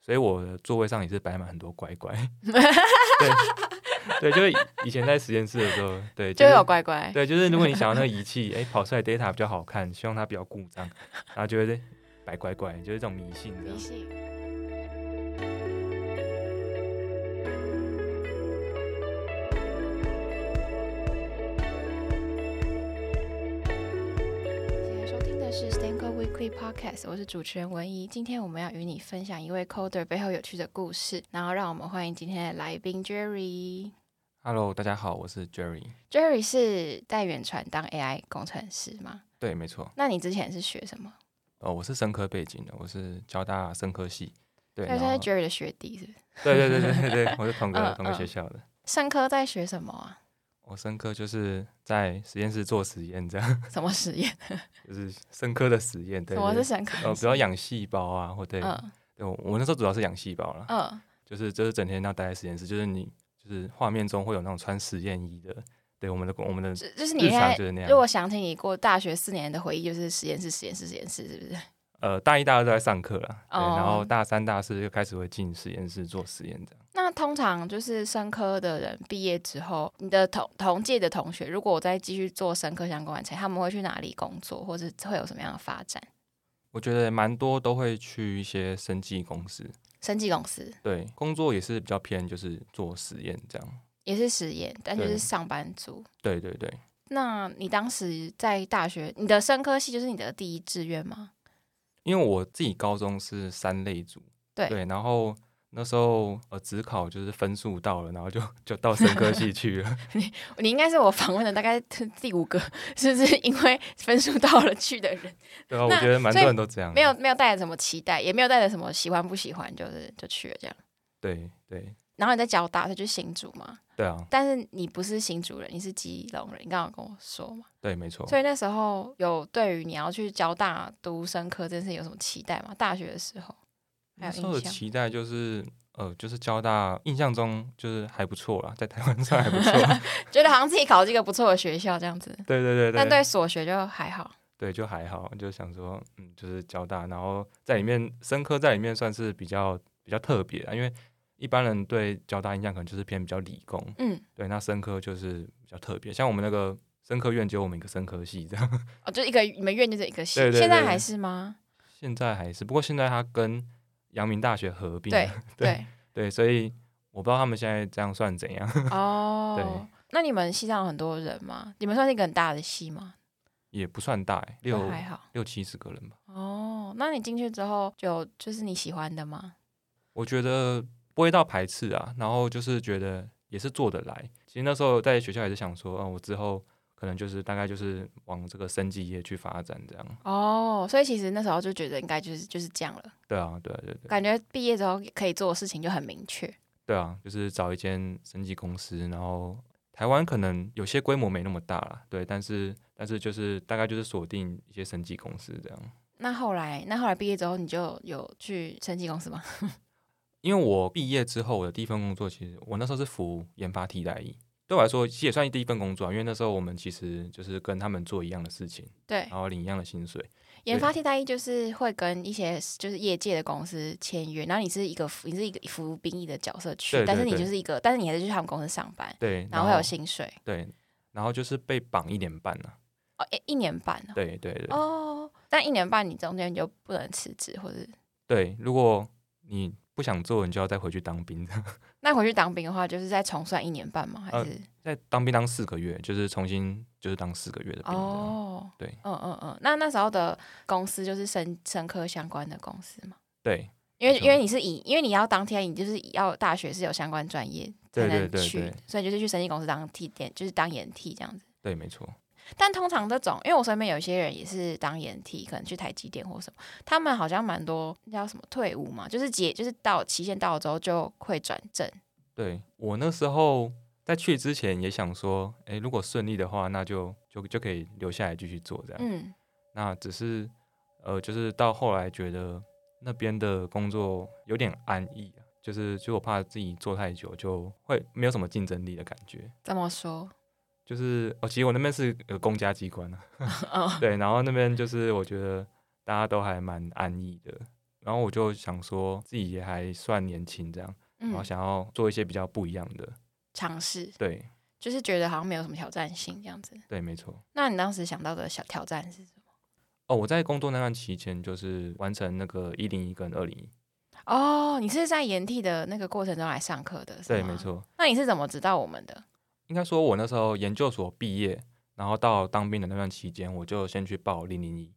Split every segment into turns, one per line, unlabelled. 所以我的座位上也是摆满很多乖 乖。对，对，就是以前在实验室的时候，对，
就是有乖乖。
对，就是如果你想要那个仪器，哎，跑出来 data 比较好看，希望它比较故障，然后就会摆乖乖，就是这种迷信这样
迷。信。现在收听的是 Stanco Weekly Podcast，我是主持人文怡。今天我们要与你分享一位 coder 背后有趣的故事，然后让我们欢迎今天的来宾 Jerry。
Hello，大家好，我是 Jerry。
Jerry 是在远传当 AI 工程师吗？
对，没错，
那你之前是学什么？
哦，我是生科背景的，我是交大生科系。对，
他
然
现在
后
是 Jerry 的学弟是不是？
对对对对对对，我是同个
嗯
同个学
嗯
校的。
生科在学什么啊？
我生科就是在实验室做实验，这样
什么实验？
就是生科的实验。 对，
什么
就是
生科？
呃，比较养细胞啊，或对，
嗯
对我我那时候主要是养细胞啦，
嗯
就是就是整天要待在实验室，就是你就是画面中会有那种穿实验衣的，对我们的我们的
就就是你
日
现
常
在
就是那
如
样。
果想起你过大学四年的回忆，就是实验室、实验室、实验室，是不是？
呃，大一大二都在上课啦，对，
哦
然后大三大四就开始会进实验室做实验这样。
那通常就是生科的人毕业之后，你的同同届的同学，如果我再继续做生科相关的产业，他们会去哪里工作，或者会有什么样的发展？
我觉得蛮多都会去一些生技公司，
生技公司
对，工作也是比较偏就是做实验这样。
也是实验，但就是
对
上班族。
对对对，
那你当时在大学，你的生科系就是你的第一志愿吗？
因为我自己高中是三类组，
对
然后那时候呃，只考就是分数到了，然后就就到生科系去了。
你应该是我访问的大概 第五个，是不是因为分数到了去的人？
对啊，我
那
觉得蛮
所以
多人都这样。
没有没有带着什么期待，也没有带着什么喜欢不喜欢，就是就去了这样。
对对
然后你在交大，他就新竹嘛，
对啊，
但是你不是新竹人，你是基隆人，你刚刚有跟我说嘛，
对，没错。
所以那时候有对于你要去交大读生科这件事情有什么期待吗？大学的时候
那
还有
时候的
印象？
期待就是呃，就是交大印象中就是还不错啦，在台湾算还不 错。
觉得好像自己考这个不错的学校这样子，
对对对
但
对
对所学就还好。
对，就还好，就想说嗯，就是交大，然后在里面生科在里面算是比较比较特别啊，因为一般人对交大印象可能就是偏比较理工，
嗯，
对，那生科就是比较特别，像我们那个生科院只有我们一个生科系这样。
哦，就一个你们院就是一个系，
对对对
现在
对
还是吗？
现在还是，不过现在它跟阳明大学合并了，
对对，
对，所以我不知道他们现在这样算怎样。
哦
对，
那你们系上有很多人吗？你们算是一个很大的系吗？
也不算大、欸，
都
六
还好。
六七十个人吧。
哦，那你进去之后就就是你喜欢的吗？
我觉得不会到排斥啊，然后就是觉得也是做得来。其实那时候在学校也是想说，啊，我之后可能就是大概就是往这个生技业去发展这样。
哦，所以其实那时候就觉得应该就是就是这样了，
对啊，对啊，对对
感觉毕业之后可以做的事情就很明确。
对啊，就是找一间生技公司，然后台湾可能有些规模没那么大啦，对，但是但是就是大概就是锁定一些生技公司这样。
那后来，那后来毕业之后，你就有去生技公 司吗？
因为我毕业之后，我的第一份工作其实我那时候是服研发替代役，对我来说其实也算第一份工作啊，因为那时候我们其实就是跟他们做一样的事情，
对
然，后领一样的薪水。
研发替代役就是会跟一些就是业界的公司签约，然后你是一个服你是一个服兵役的角色去，
对对
但是你
对
就是一个，但是你还是去他们公司上班，
对，
然后会有薪水
对，然后就是被绑一年半呢、
哦，一一年半哦
对对对、
哦，但一年半你中间你就不能辞职，或者
对，如果你不想做，你就要再回去当兵。
那回去当兵的话，就是再重算一年半吗？还
呃
是、
在当兵当四个月，就是重新就是当四个月的兵这样。
哦，
对，
嗯嗯嗯，那那时候的公司就是生生科相关的公司嘛，
对
因为
没错
因为你是以因为你要当天你就是要大学是有相关专业
对
才能去，
对对对
所以就是去生技公司当替点，就是当研替这样子。
对，没错。
但通常这种，因为我身边有一些人也是当研替，可能去台积电或什么，他们好像蛮多那叫什么退伍嘛，就是解就是到期限到了之后就会转正。
对我那时候在去之前也想说，诶，如果顺利的话，那就就就可以留下来继续做这样。
嗯，
那只是呃，就是到后来觉得那边的工作有点安逸啊，就是就我怕自己做太久就会没有什么竞争力的感觉。
这么说，
就是哦，其实我那边是呃公家 机关啊，
嗯，
对，然后那边就是我觉得大家都还蛮安逸的，然后我就想说自己也还算年轻这样，然后
嗯，
想要做一些比较不一样的。
尝试
对
就是觉得好像没有什么挑战性这样子。
对，没错。
那你当时想到的小挑战是什么？
哦，我在工作那段期间就是完成那个一零一跟二零一，
哦，你是在研替的那个过程中来上课的，是
对，
吗
没。错。
那你是怎么知道我们的？
应该说，我那时候研究所毕业，然后到当兵的那段期间，我就先去报零零一。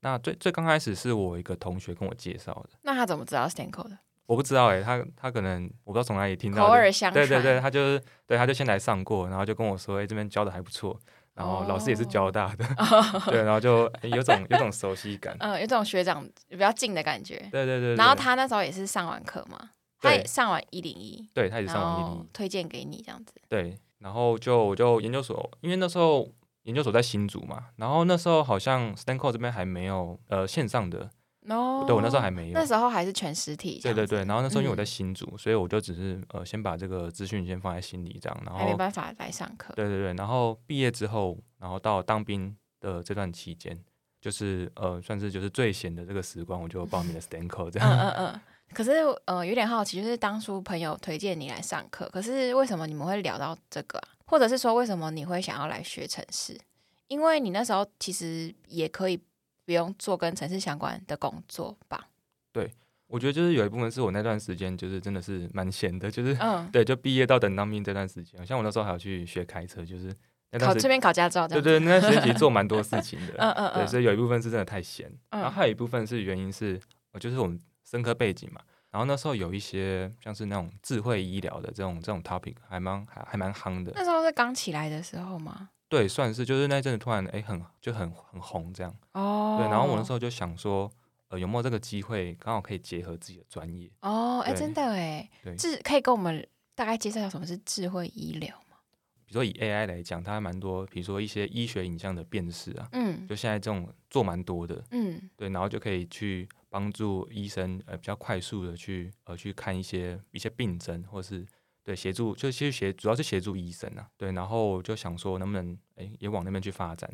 那最最刚开始是我一个同学跟我介绍的，
那他怎么知道是 Stanco 的？
我不知道诶、他他可能我不知道从哪里听
口
到的，
耳相
对
传，
对对，他就是对他就先来上过，然后就跟我说，诶，这边教的还不错，然后老师也是交大的，对，然后就、诶有种有种熟悉感，
哦嗯、有种学长比较近的感觉。
对对对对
然后他那时候也是上完课嘛，他
对
也上完一零一，
对他也是
然
上网一零
后推荐给你这样子。
对，然后就我就研究所，因为那时候研究所在新竹嘛，然后那时候好像 Stanco 这边还没有呃线上的，
哦，
对我那时候还没有
那。时候还是全实体这
对
样子，
对对，然后那时候因为我在
嗯
新竹，所以我就只是呃先把这个资讯先放在心里这样，然
还没
后
办法来上课。
对对对，然后毕业之后，然后到当兵的这段期间，就是呃算是就是最闲的这个时光，我就报名了 Stanco 这
嗯
样。
嗯嗯。可是呃，有点好奇，就是当初朋友推荐你来上课，可是为什么你们会聊到这个啊、或者是说为什么你会想要来学城市？因为你那时候其实也可以不用做跟城市相关的工作吧？
我觉得就是有一部分是我那段时间就是真的是蛮闲的，就是
嗯，
对，就毕业到等当兵这段时间，像我那时候还有去学开车，就是那
考
段时
这边考驾照这
对
样子。
对，那 段时间其实做蛮多事情
嗯
的，
嗯
对，
嗯
所以有一部分是真的太闲，然后
嗯
还有一部分是原因是，呃就是我们生科背景嘛，然后那时候有一些像是那种智慧医疗的这种这种 topic 还蛮还还蛮夯的，
那时候是刚起来的时候吗？
对，算是就是那一阵子突然哎很就很很红这样，
哦，
对，然后我那时
候
候就想说，呃有没有这个机会刚好可以结合自己的专业，
哦，哎、
对
真的哎，
对，
智可以跟我们大概介绍一下什么是智慧医疗吗？
比如说以 AI 来讲，它还蛮多，比如说一些医学影像的辨识啊，
嗯
就现在这种做蛮多的，
嗯
对，然后就可以去帮助医生呃比较快速的去呃去看一些一些病症，或是对协助，就其实协主要是协助医生啊，对，然后我就想说能不能哎也往那边去发展，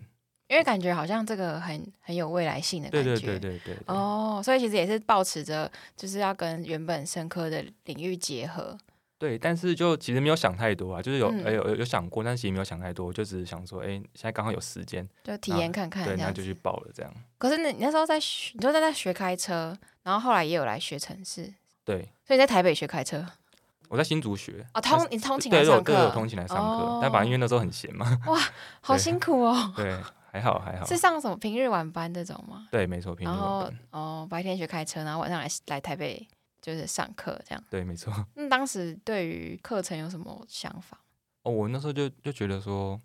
因为感觉好像这个很很有未来性的感
对
觉。
对对对对，对
哦，所以其实也是保持着就是要跟原本生科的领域结合。
对，但是就其实没有想太多啊，就是有
嗯
哎有有有想过，但其实没有想太多，我就只是想说哎现在刚好有时间，
就体验看看
对，
这
那
样
就
子。
去报了这样，
可是你你那时候在学，你就在那学开车，然后后来也有来学城市，
对。
所以你在台北学开车
我在新竹学
哦，
但
通
是
你通勤
呃对
来
对，我
上
对
课，哦
我通勤来上课，但反正因为那时候很闲嘛，
好
对
辛苦哦，
对，还好还 好，
是上什么平日晚班这种吗？
对，没错，平
然
日晚
后
班，
哦，白天学开车，然后晚上来来台北就是上课这样。
对，没错。
那当时对于课程有什么想法？
哦，我那时候就就觉得说，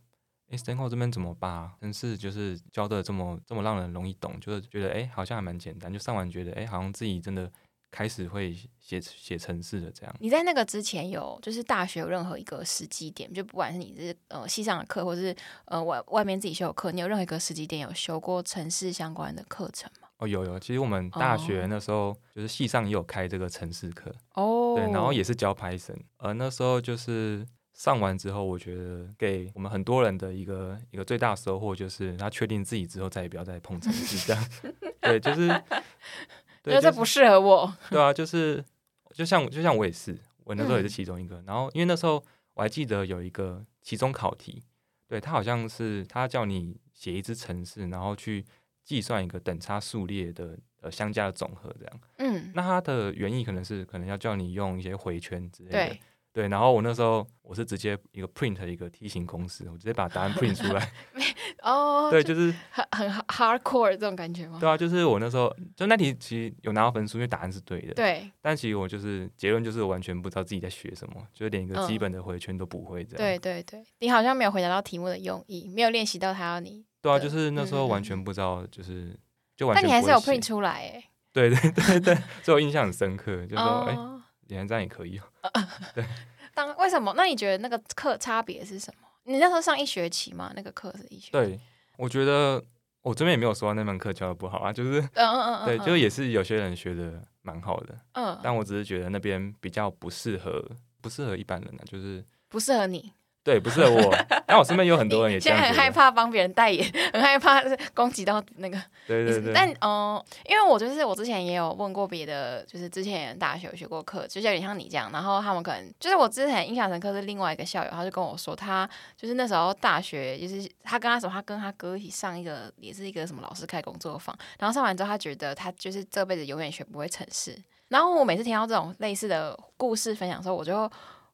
诶 s t a n c o 这边怎么把城市就是教的这么这么让人容易懂，就是觉得诶好像还蛮简单，就上完觉得诶好像自己真的开始会写写城市了这样。
你在那个之前有，就是大学有任何一个时机点，就不管是你是呃系上的课，或是呃外外面自己修的课，你有任何一个时机点有修过城市相关的课程吗？
哦，有有，其实我们大学那时候就是系上也有开这个城市课，
哦
对，然后也是教 Python，呃，那时候就是。上完之后，我觉得给我们很多人的一个一个最大收获就是，他确定自己之后再也不要再碰城市这样。 对，就是，
因
对，
为
就
这
是
不适合我，
对啊，就是就像就像我也是，我那时
嗯
候也是其中一个。然后因为那时候我还记得有一个期中考题，对他好像是他叫你写一只程式，然后去计算一个等差数列的呃相加的总和这样。
嗯，
那它的原意可能是可能要叫你用一些回圈之类的。
对，
对然后我那时候我是直接一个 print 一个梯形公式，我直接把答案 print 出来。
哦，
对，
就
就是
很很 hardcore 这种感觉吗？
对啊，就是我那时候就那题其实有拿到分数，因为答案是对的。
对
但其实我就是结论就是我完全不知道自己在学什么，就是连一个基本的回圈都不会这样。
嗯对对对，你好像没有回答到题目的用意，没有练习到他要你，
对啊，
对
就是那时候完
嗯嗯
全不知道，就是就完
但
全
你
不
还
会
是有
写
print 出来哎、
对对对对，所以我印象很深刻，就说哎、
哦，
原来这样也可以哦。
当为什么？那你觉得那个课差别是什么？你那时候上一学期吗？那个课是一学期，
对，我觉得我这边也没有说那门课教的不好啊，就是
嗯嗯嗯，嗯
对，
嗯
就是也是有些人学的蛮好的，
嗯，
但我只是觉得那边比较不适合，不适合一般人啊，就是
不适合你
对，不是 我。但我身边有很多人也这
现
样
在很
觉得
害怕帮别人代言，很害怕攻击到那个
对对对，
但嗯、呃因为我就是我之前也有问过别的，就是之前大学有学过课，就是有点像你这样。然后他们可能就是我之前印象深刻是另外一个校友，他就跟我说，他就是那时候大学，就是他跟他说他跟他哥一起上一个也是一个什么老师开工作坊，然后上完之后他觉得他就是这辈子永远学不会城市。然后我每次听到这种类似的故事分享的时候，我就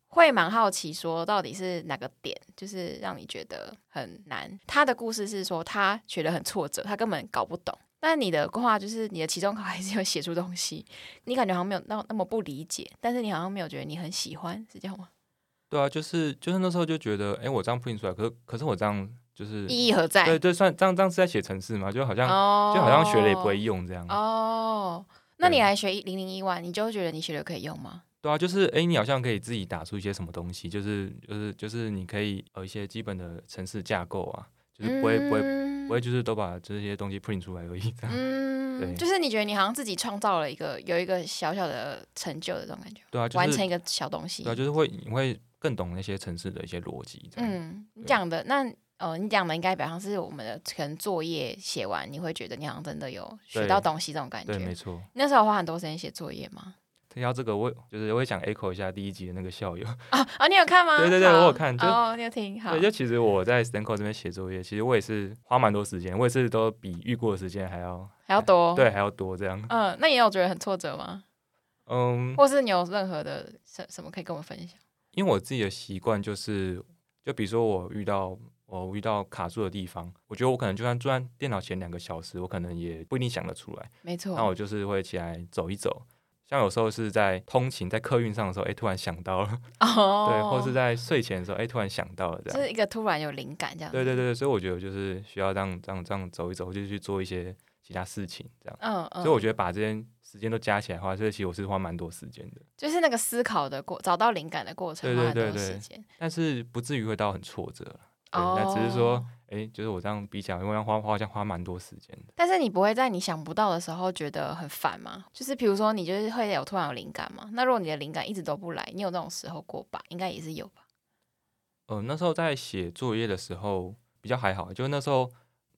会蛮好奇，说到底是哪个点，就是让你觉得很难。他的故事是说他觉得很挫折，他根本搞不懂。但你的话就是你的期中考还是有写出东西，你感觉好像没有那那么不理解，但是你好像没有觉得你很喜欢，是这样吗？
对啊，就是就是那时候就觉得，哎，我这样 print 出来，可是可是我这样就是
意义何在？
对对，算这样这样是在写程式嘛？就好像、
哦
就好像学了也不会用这样。
哦。那你
对
来学零零一万，你就觉得你学了可以用吗？
对啊，就是哎，你好像可以自己打出一些什么东西，就是就是就是你可以有一些基本的程式架构啊，就是不会、不会
嗯
不会就是都把这些东西 print 出来而已这样。
嗯，
对
就是你觉得你好像自己创造了一个有一个小小的成就的这种感觉，
对啊，就
完
是
成一个小东西。
对啊，就是会你会更懂那些城市的一些逻辑。嗯，
嗯，你
对
讲的那呃，你讲的应该表上是我们的可能作业写完，你会觉得你好像真的有学
对
到东西这种感
对，没
觉。
错。
那时候花很多时间写作业吗？
提到这个，我就是我也想 echo 一下第一集的那个校友。
啊啊，你有看吗？
对对对
好
我有看就
哦，你有听好
对，。 就其实我在 Stanco 这边写作业，其实我也是花蛮多时间，我也是都比预估的时间还要
还要多。
对还要多这样。
嗯，那也有觉得很挫折吗？
嗯，
或是你有任何的什什么可以跟我们分享？
因为我自己的习惯就是，就比如说我遇到我遇到卡住的地方，我觉得我可能就算坐在电脑前两个小时，我可能也不一定想得出来。
没错，
那我就是会起来走一走。像有时候是在通勤、在客运上的时候，哎、突然想到了，
哦，
对，或是在睡前的时候，哎、突然想到了，这
就
样，
是一个突然有灵感这样。
对对对。对，所以我觉得我就是需要这样这样这样走一走，就去做一些其他事情，这样。
嗯嗯，
所以我觉得把这些时间都加起来的话，这其实我是花蛮多时间的，
就是那个思考的过，找到灵感的过程
对
花
对
很多
对对
时间。
但是不至于会到很挫折啦对，
哦，
那只是说，哎、就是我这样比起来，因为花花好像花蛮多时间的。
但是你不会在你想不到的时候觉得很烦吗？就是比如说，你就是会有突然有灵感嘛？那如果你的灵感一直都不来，你有那种时候过吧？应该也是有吧？
呃，那时候在写作业的时候比较还好，就是那时候，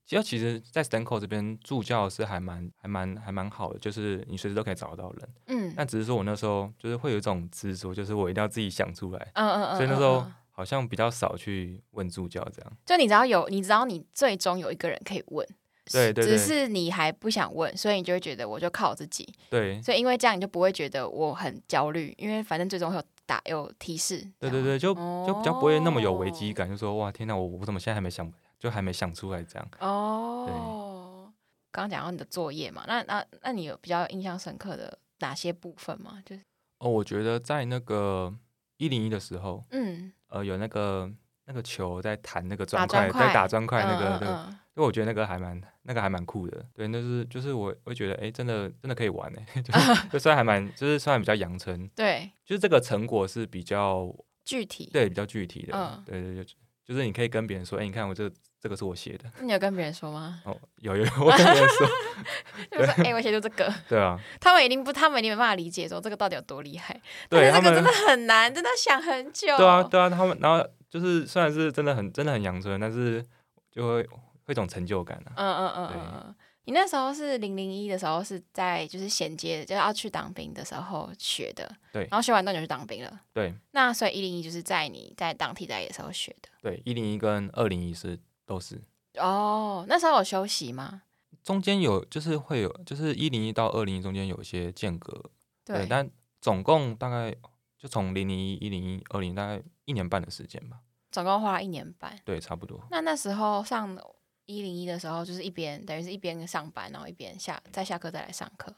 其实其实，在 Stanco 这边助教是还蛮还蛮还蛮好的，就是你随时都可以找得到人。
嗯嗯
但只是说我那时候就是会有一种执着，就是我一定要自己想出来，
嗯嗯，
所以那
嗯
时候
嗯
好像比较少去问助教这样。
就你只要有，你只要你最终有一个人可以问，
对对对
只是你还不想问，所以你就会觉得我就靠我自己，
对
所以因为这样你就不会觉得我很焦虑，因为反正最终会有答有提示。
对对对，就
这样吗，
就比较不会那么有危
哦
机感，就说哇天哪，我我怎么现在还没想，就还没想出来这样。
哦。刚刚讲到你的作业嘛，那那那你有比较印象深刻的哪些部分吗？就是
哦，我觉得在那个一零一的时候，
嗯，
呃，有那个那个球在弹那个砖
打砖
块，
块
在打砖块那个
嗯
那个，
嗯嗯
因为我觉得那个还蛮那个还蛮酷的。对，那就是就是我会觉得，哎，真的真的可以玩哎， 就是就虽然还蛮就是虽然比较阳春，
对，
就是这个成果是比较
具体。
对比较具体的
嗯，
对对对，就是你可以跟别人说，哎，你看我这这个是我写的。
那你有跟别人 说吗？
哦，有有，有我跟别人 说，
就说哎、我写就这个，
对啊，
他们一定不，他们一定没办法理解说这个到底有多厉害。
对
但
他
是这个
们
真的，很难，真的想很久。
对啊，对啊，他们，然后就是虽然是真的很真的很阳春，但是就会会有一种成就感啊。
嗯嗯嗯嗯嗯。你那时候是零零一的时候是在就是衔接就是要去当兵的时候学的，
对
然后学完之后你就去当兵了。
对
那所以一零一就是在你在当替代役的时候学的。
对，一零一跟二零一是都是。
哦，那时候有休息吗？
中间有就是会有，就是一零一到二零一中间有一些间隔，
对，
但总共大概就从零零一、一零一、二零大概一年半的时间吧，
总共花了一年半。
对，差不多。
那那时候上一零一的时候，就是一边等于是一边上班，然后一边下在下课再来上课。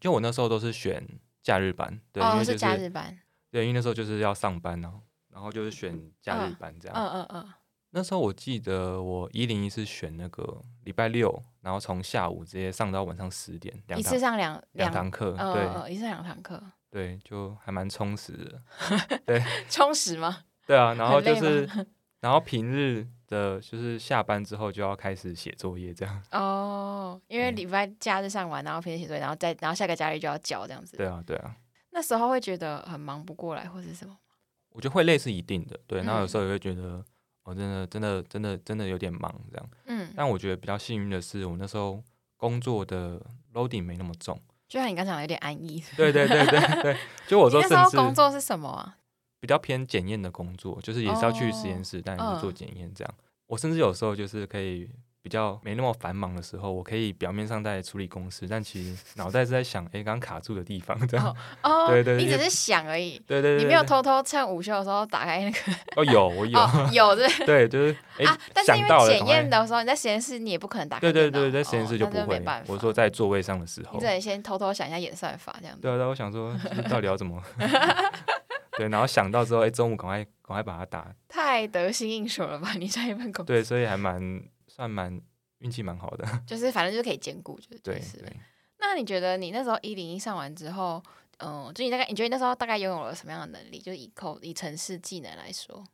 就我那时候都是选假日班，对，因
哦，
为就是
假日班。
对，因为那时候就是要上班，然后然后就是选假日班这样。
嗯嗯嗯，
那时候我记得我一零一是选那个礼拜六，然后从下午直接上到晚上十点，两
一次
堂
上两
两堂课，
嗯
对、
嗯嗯，一次两堂课，
对，就还蛮充实的。
充实吗？
对啊，然后
很
就
累
是， 然后平日的，就是下班之后就要开始写作业，这样。
哦，因为
嗯
礼拜假日上完，然后平时写作业，然后再然后下个假日就要交这样子。
对啊，对啊。
那时候会觉得很忙不过来，或是什么？
我觉得会累是一定的，对。然后有
嗯
时候也会觉得，哦，真的，真的，真的，真的有点忙这样。
嗯，
但我觉得比较幸运的是，我那时候工作的 loading 没那么重。
就像你刚才讲的有点安逸。
对对对对对，就我
你
说
那时
甚
候
至
工作是什么啊？
比较偏检验的工作，就是也是要去实验室，但也是做
嗯
检验这样。我甚至有时候就是可以比较没那么繁忙的时候，我可以表面上在处理公事，但其实脑袋是在想，哎、刚刚卡住的地方这样。
哦，
对对对
你只是想而已，
对对对，
你没有
对
偷偷趁午休的时候打开那个
哦，有我有，
哦，有这
对，就是哎、
啊，但是因
想到
为
了，
检
赶快
验的时候，你在实验室你也不可能打
对
开电
对
脑。
对，在实验室
哦
就
那
不
没
会。
办法
我说在座位上的时候，
你只能先偷偷想一下演算法这样子。
对啊，对啊，我想说 这到底要怎 么？对，然后想到之后，哎、中午赶快赶快把它打。
太得心应手了吧？你上一份工作
对，所以还蛮算蛮运气蛮好的。
就是反正就是可以兼顾，就是
对
就是了
对，
那你觉得你那时候一零一上完之后，嗯、就你大概你觉得你那时候大概拥有了什么样的能力？就是以口以城市技能来说，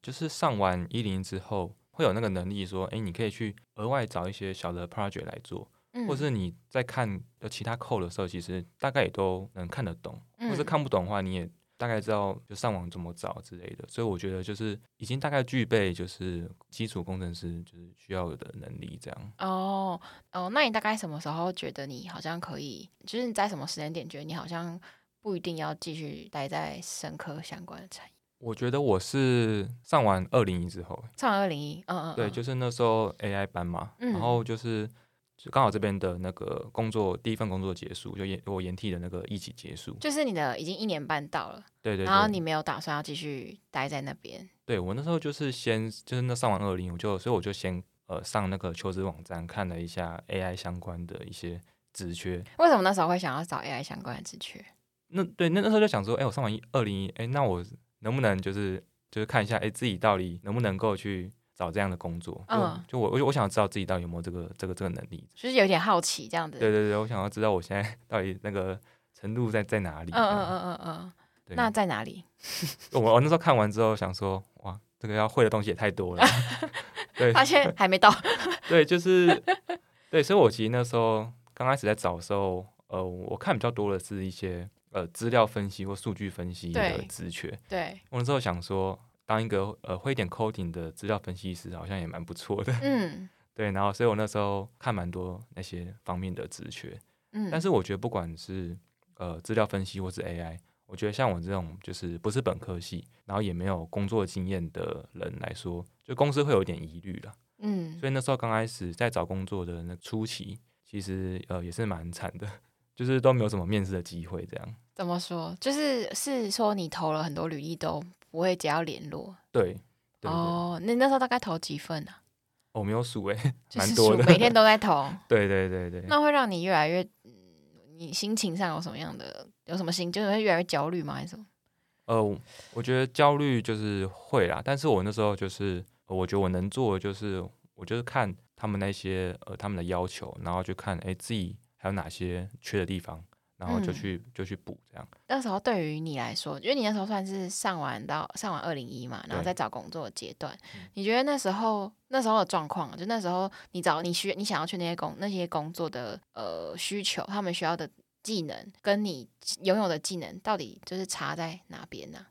就是上完一零之后，会有那个能力说，哎、你可以去额外找一些小的 project 来做，
嗯，
或是你在看呃其他扣的时候，其实大概也都能看得懂，
嗯
或是看不懂的话，你也大概知道就上网怎么找之类的。所以我觉得就是已经大概具备就是基础工程师就是需要有的能力这样。
哦哦，那你大概什么时候觉得你好像可以？就是你在什么时间点觉得你好像不一定要继续待在生科相关的产业？
我觉得我是上完二零一之后，
上完二零一，嗯嗯，
对，
嗯
就是那时候 AI 班嘛，
嗯
然后就是就刚好这边的那个工作第一份工作结束，就研我研替的那个一起结束，
就是你的已经一年半到了，
对对
然后
对，
啊你没有打算要继续待在那边，
对我那时候就是先就是那上完二零，我就所以我就先呃上那个求职网站看了一下 AI 相关的一些职缺，
为什么那时候会想要找 AI 相关的职缺？
那对那那时候就想说，哎、我上完二零一，哎，那我能不能就是就是看一下，哎、自己到底能不能够去找这样的工作？就
嗯
就我我就我想知道自己到底有没有这个这个这个能力。
就是有点好奇这样子。嗯
对对对，我想要知道我现在 到底那个程度在在哪里。
嗯嗯嗯嗯嗯
对
嗯，那在哪里？
我我那时候看完之后想说，哇，这个要会的东西也太多 了。对
发现还没 到。
对，就是对，所以我其实那时候刚开始在找的时候，呃，我看比较多的是一些呃资料分析或数据分析的
对
职缺。
对，
我那时候想说，当一个呃会一点 coding 的资料分析师好像也蛮不错的，
嗯
对。然后，所以我那时候看蛮多那些方面的职缺，
嗯，
但是我觉得不管是呃资料分析或是 AI，我觉得像我这种就是不是本科系，然后也没有工作经验的人来说，就公司会有点疑虑了。
嗯，
所以那时候刚开始在找工作的那初期，其实呃也是蛮惨的，就是都没有什么面试的机会这样。
怎么说？就是是说你投了很多履历都不会接到联络。
对，对对
哦，那那时候大概投几份啊？
我没有数哎、
就
蛮
是
多
数
的。
每天都在投，
对对对 对，
那会让你越来越，嗯你心情上有什么样的，有什么心，就是会越来越焦虑吗？还是什么？
呃，我我觉得焦虑就是会啦，但是我那时候就是，呃我觉得我能做的就是，我就是看他们那些呃他们的要求，然后去看哎自己还有哪些缺的地方，然后就
嗯
去、就去补这样。
那时候对于你来说，因为你那时候算是上完到上完二零一嘛，然后
对嗯
在找工作的阶段，你觉得那时候那时候的状况，啊就那时候你找你需你想要去那些工那些工作的呃需求，他们需要的技能跟你拥有的技能到底就是差在哪边呢、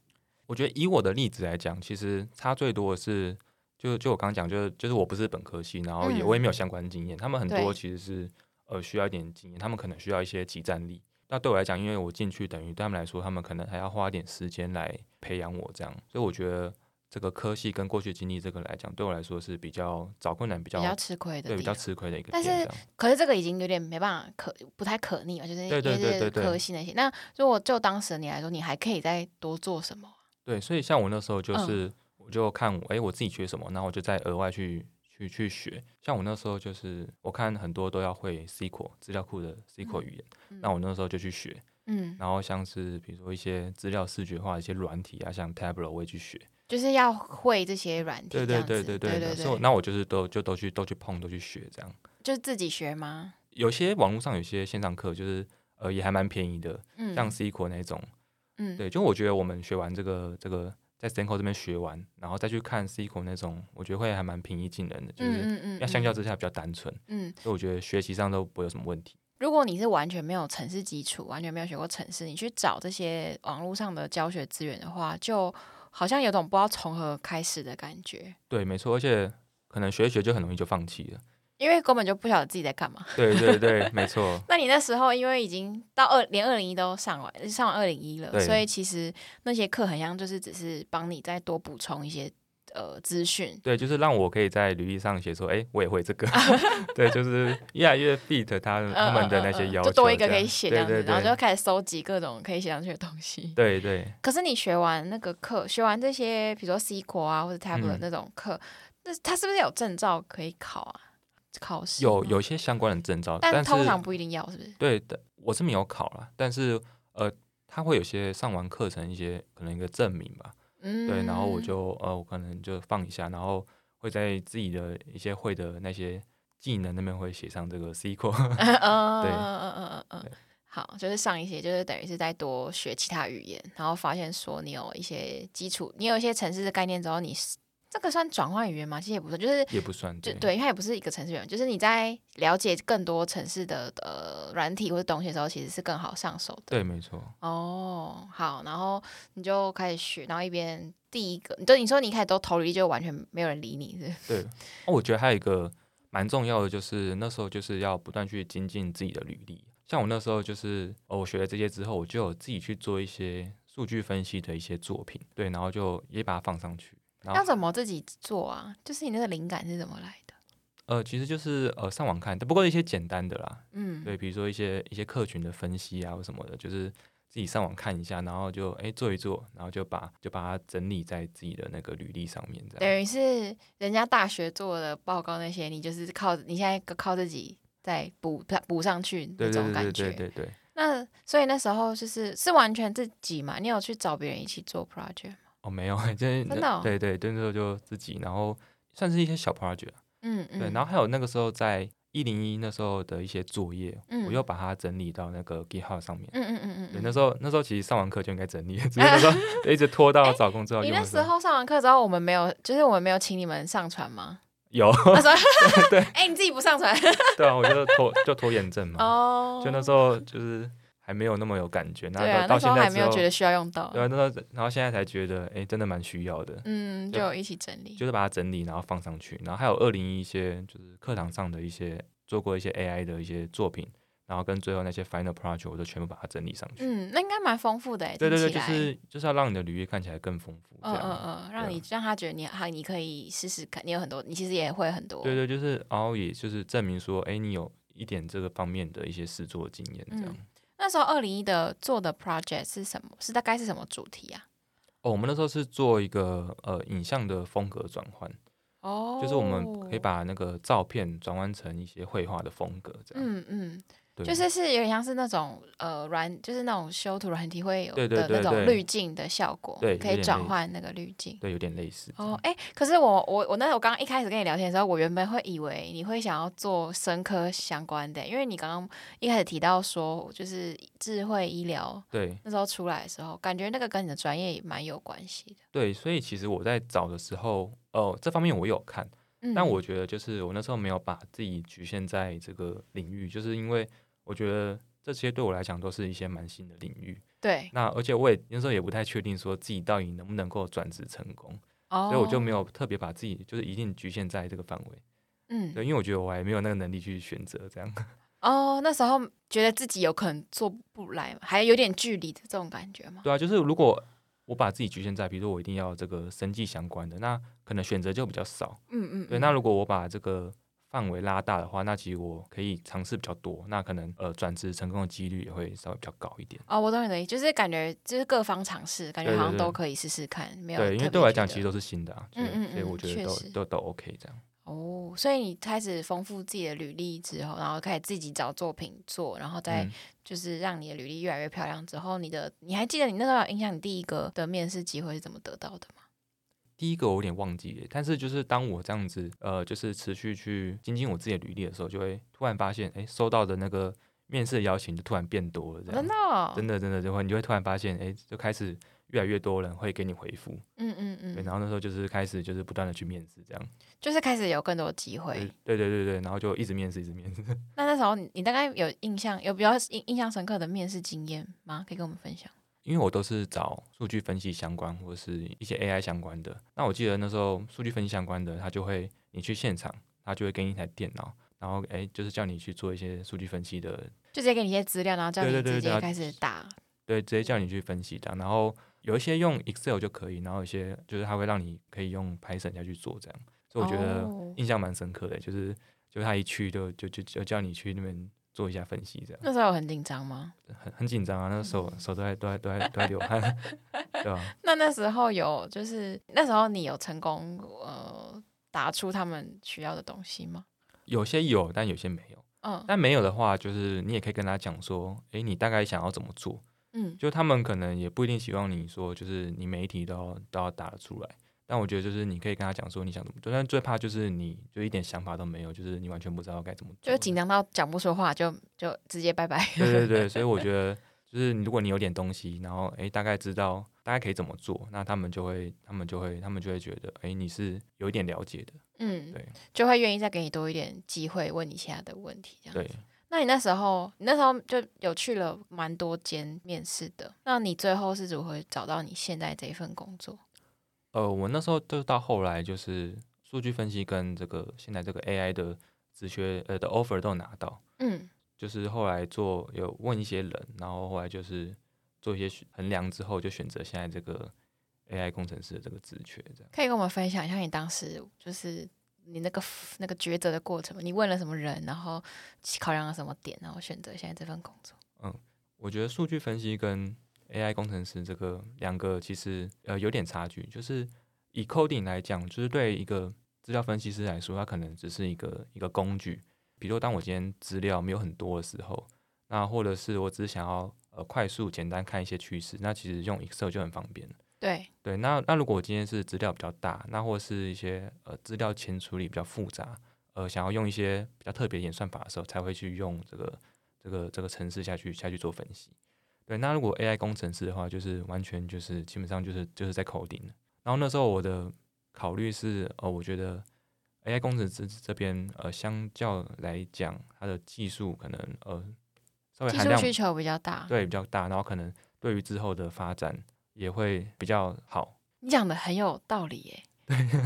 我觉得以我的例子来讲，其实差最多的是，就就我刚刚讲，就是就是我不是本科系，然后也
嗯
我也没有相关经验，他们很
对
多其实是呃需要一点经验，他们可能需要一些集战力。那对我来讲，因为我进去等于对他们来说，他们可能还要花一点时间来培养我这样，所以我觉得这个科系跟过去经历这个来讲，对我来说是比较找困难比较
比较吃亏的
对比
地
较
方。
吃亏的一个
但
点
是
这样。
可是这个已经有点没办法可不太可逆嘛，就是
对对
也
对对
是
对
科系那些。那如果就当时的你来说，你还可以再多做什么？
对，所以像我那时候就
嗯
是，我就看我哎、我自己缺什么，然后我就再额外去去去学。像我那时候就是，我看很多都要会 SQL 资料库的 SQL 语言，那我那时候就去学。
嗯，
然后像是比如说一些资料视觉化的一些软体啊，像 Tableau 我也去学。
就是要会这些软体
对
这
对
样子，
对对
对
对，所以我那我就是都就都去都去碰都去学这样。
就是自己学吗？
有些网络上有些线上课就是呃也还蛮便宜的，
嗯，
像 SQL 那种
嗯，
对，就我觉得我们学完这个这个在 Stanco 这边学完，然后再去看 SQL 那种，我觉得会还蛮平易近人的，就
嗯，
是
嗯嗯
要相较之下比较单纯，
嗯嗯，
所以我觉得学习上都不会有什么问题。
如果你是完全没有城市基础，完全没有学过城市，你去找这些网络上的教学资源的话，就好像有种不知道从何开始的感觉，
对，没错，而且可能学一学就很容易就放弃了。
因为根本就不晓得自己在干嘛。
对对对，没错，
那你那时候因为已经到二连二零一都上完，上完二零一了，
对
所以其实那些课很像就是只是帮你再多补充一些呃资讯。
对，就是让我可以在履历上写说，哎，我也会 这个。对，就是越来越 fit 他们他们的那些要
嗯嗯嗯
求，
就多一个可以写这
这
样
样对
子，
对
然后就
对
开始收集各种可以写上去的东西。
对对，
可是你学完那个课，学完这些，比如说 SQL 啊或者 Tableau
嗯
那种课，那、它是不是有证照可以考啊？考试
有
吗，
有一些相关的证照，
嗯但
但
通
是
常不一定要，是不是？
对的，我是没有考啦，但是呃，他会有些上完课程一些可能一个证明吧，
嗯，
对，然后我 就呃，我可能就放一下，然后会在自己的一些会的那些技能那边会写上这个 SQL，
嗯，嗯
对
嗯嗯嗯嗯，好，就是上一些，就是等于是再多学其他语言，然后发现说你有一些基础，你有一些城市的概念之后，你是这个算转换语言吗？其实也不算，就是
也不算
就
对，
对，因为它也不是一个城市语言，就是你在了解更多城市的呃软体或者东西的时候，其实是更好上手的。
对，没错，
哦，好，然后你就开始学，然后一边第一个，就你说你一开始都投履历，就完全没有人理你，是不是
对。哦，我觉得还有一个蛮重要的，就是那时候就是要不断去精进自己的履历。像我那时候就是，哦，我学了这些之后，我就有自己去做一些数据分析的一些作品，对，然后就也把它放上去。然
要
后
怎么自己做啊？就是你那个灵感是怎么来的？
呃，其实就是呃上网看，不过一些简单的啦，
嗯，
对，比如说一些一些客群的分析啊或什么的，就是自己上网看一下，然后就哎做一做，然后就把就把它整理在自己的那个履历上面，这样。
等于是人家大学做的报告那些，你就是靠你现在靠自己再补补上去那
对对
种感
对对
觉。
对对对，
那所以那时候就是是完全自己嘛，你有去找别人一起做 project 吗？
哦，没有， 真
真的哦
对对，对那时候就自己，然后算是一些小 project，啊
嗯嗯，
对，然后还有那个时候在一零一那时候的一些作业，
嗯
我又把它整理到那个 GitHub 上面。
嗯嗯嗯嗯
对，
嗯，
那时候那时候其实上完课就应该整理，只是那时候 一直拖到找工作要
哎你
用
那
的
时候上完课之后，我们没有，就是我们没有请你们上传吗？
有，
那时候，
对
哎、你自己不上传
对啊，我就拖就拖延症嘛。
哦
就那时候就是还没有那么有感觉，
对
那
啊，
到
那
到
时候
现在
还
之
没有
后
觉得需要用到，
对啊，那时候然后现在才觉得，哎，真的蛮需要的，
嗯，就
对
有一起整理，
就是把它整理，然后放上去，然后还有二零一些就是课堂上的一些做过一些 AI 的一些作品，然后跟最后那些 final project 我都全部把它整理上去。
嗯，那应该蛮丰富的哎，
对对对，
听起
就
来
是就是要让你的履历看起来更丰富，这
嗯
样。
嗯嗯，让
对
你
啊
让他觉得你好，你可以试试看，你有很多，你其实也会很多，
对对，就是然后也就是证明说，哎，你有一点这个方面的一些试做经验，这样。
嗯那时候二零一的做的 project 是什么？是大概是什么主题啊？
哦，我们那时候是做一个呃影像的风格转换。
哦
就是我们可以，把那个照片转换成一些绘画的风格，这样。
嗯嗯，
对，
就是是有点像是那种呃软，就是那种修图软体会有
对对
的
对
那
对
种滤镜的效果，
对
可
有
以
点
转
类
换那个滤镜。
对有点类似。
哦，哎、可是我我我那我刚刚一开始跟你聊天的时候，我原本会以为你会想要做生科相关的，因为你刚刚一开始提到说，就是智慧医疗
对
那时候出来的时候，感觉那个跟你的专业也蛮有关系的。
对，所以其实我在找的时候，哦，这方面我有看，
嗯，
但我觉得就是我那时候没有把自己局限在这个领域，就是因为我觉得这些对我来讲都是一些蛮新的领域。
对，
那而且我也那时候也不太确定说自己到底能不能够转职成功，
哦，
所以我就没有特别把自己就是一定局限在这个范围。
嗯，
对，因为我觉得我还没有那个能力去选择这样。
哦，那时候觉得自己有可能做不来嘛，还有点距离的这种感觉嘛。
对啊，就是如果我把自己局限在，比如说我一定要这个生计相关的，那可能选择就比较少。
嗯嗯，
对，
嗯
那如果我把这个范围拉大的话，那其实我可以尝试比较多，那可能呃转职成功的几率也会稍微比较高一点。
哦，我懂你的意思，就是感觉就是各方尝试，感觉
对对
好像
对
都可以试试看，没有
对，因为
特别
对我来
觉
讲
得
其实都是新的啊，所以
嗯嗯
所以我
嗯
觉
确
得都
实
都都 OK 这样。嗯
哦，所以你开始丰富自己的履历之后，然后开始自己找作品做，然后再
嗯，
就是让你的履历越来越漂亮之后，你的你还记得你那时候有印象你第一个的面试机会是怎么得到的吗？
第一个我有点忘记了，但是就是当我这样子呃，就是持续去精进我自己的履历的时候，就会突然发现，哎，收到的那个面试的邀请就突然变多了，这样
真。的哦，
真的真的就会你就会突然发现，哎、就开始越来越多人会给你回复，
嗯嗯
对，
嗯，
然后那时候就是开始就是不断的去面试这样，
就是开始有更多机会。
对对对对，然后就一直面试一直面试，
那那时候你你大概有印象，有比较印印象深刻的面试经验吗？可以跟我们分享？
因为我都是找数据分析相关或是一些 AI 相关的。那我记得那时候数据分析相关的，他就会你去现场，他就会给你一台电脑，然后诶，就是叫你去做一些数据分析的，
就直接给你一些资料，然后叫你
对对对对
直接
啊
开始打。
对，直接叫你去分析的。然后有一些用 Excel 就可以，然后有一些就是他会让你可以用 Python 下去做这样。所以我觉得
哦
印象蛮深刻的，就是就是他一去就就就就叫你去那边做一下分析这样。
那时候有很紧张吗？
很很紧张啊，那手手都在都在都在都在流汗，对啊吧、
那那时候有，就是那时候你有成功呃打出他们需要的东西吗？
有些有，但有些没有。
嗯
但没有的话，就是你也可以跟他讲说，诶，你大概想要怎么做？
嗯，
就他们可能也不一定希望你说，就是你每一题都要都要答得出来。但我觉得就是你可以跟他讲说你想怎么做，但最怕就是你就一点想法都没有，就是你完全不知道该怎么做。
就是紧张到讲不出话，就就直接拜拜。
对对对，所以我觉得就是如果你有点东西，然后诶大概知道大概可以怎么做，那他们就会他们就会他们就会觉得诶你是有一点了解的，
嗯
对，
就会愿意再给你多一点机会问你其他的问题，这样。
对。
那你那时候，你那时候就有去了蛮多间面试的，那你最后是如何找到你现在这一份工作？
呃，我那时候就到后来就是数据分析跟这个现在这个 AI 的职缺呃的 offer 都有拿到，
嗯，
就是后来做有问一些人，然后后来就是做一些选衡量之后，就选择现在这个 AI 工程师的这个职缺这样。
可以跟我们分享一下你当时就是你那个那个抉择的过程吗？你问了什么人，然后考量了什么点，然后选择现在这份工作？
我觉得数据分析跟 AI 工程师这个两个其实呃有点差距，就是以 coding 来讲，就是对一个资料分析师来说，它可能只是一个一个工具。比如说，当我今天资料没有很多的时候，那或者是我只是想要呃快速简单看一些趋势，那其实用 Excel 就很方便了。
对，
对，那那如果我今天是资料比较大，那或是一些呃资料前处理比较复杂，呃想要用一些比较特别的演算法的时候，才会去用这个这个这个程式下去下去做分析。对，那如果 AI 工程师的话，就是完全就是基本上就是就是在 coding 了。然后那时候我的考虑是，呃，我觉得 AI 工程师这边呃相较来讲，它的技术可能呃稍微
技
含
术
量
需求比较大。
对比较大，然后可能对于之后的发展也会比较好。
你讲的很有道理耶，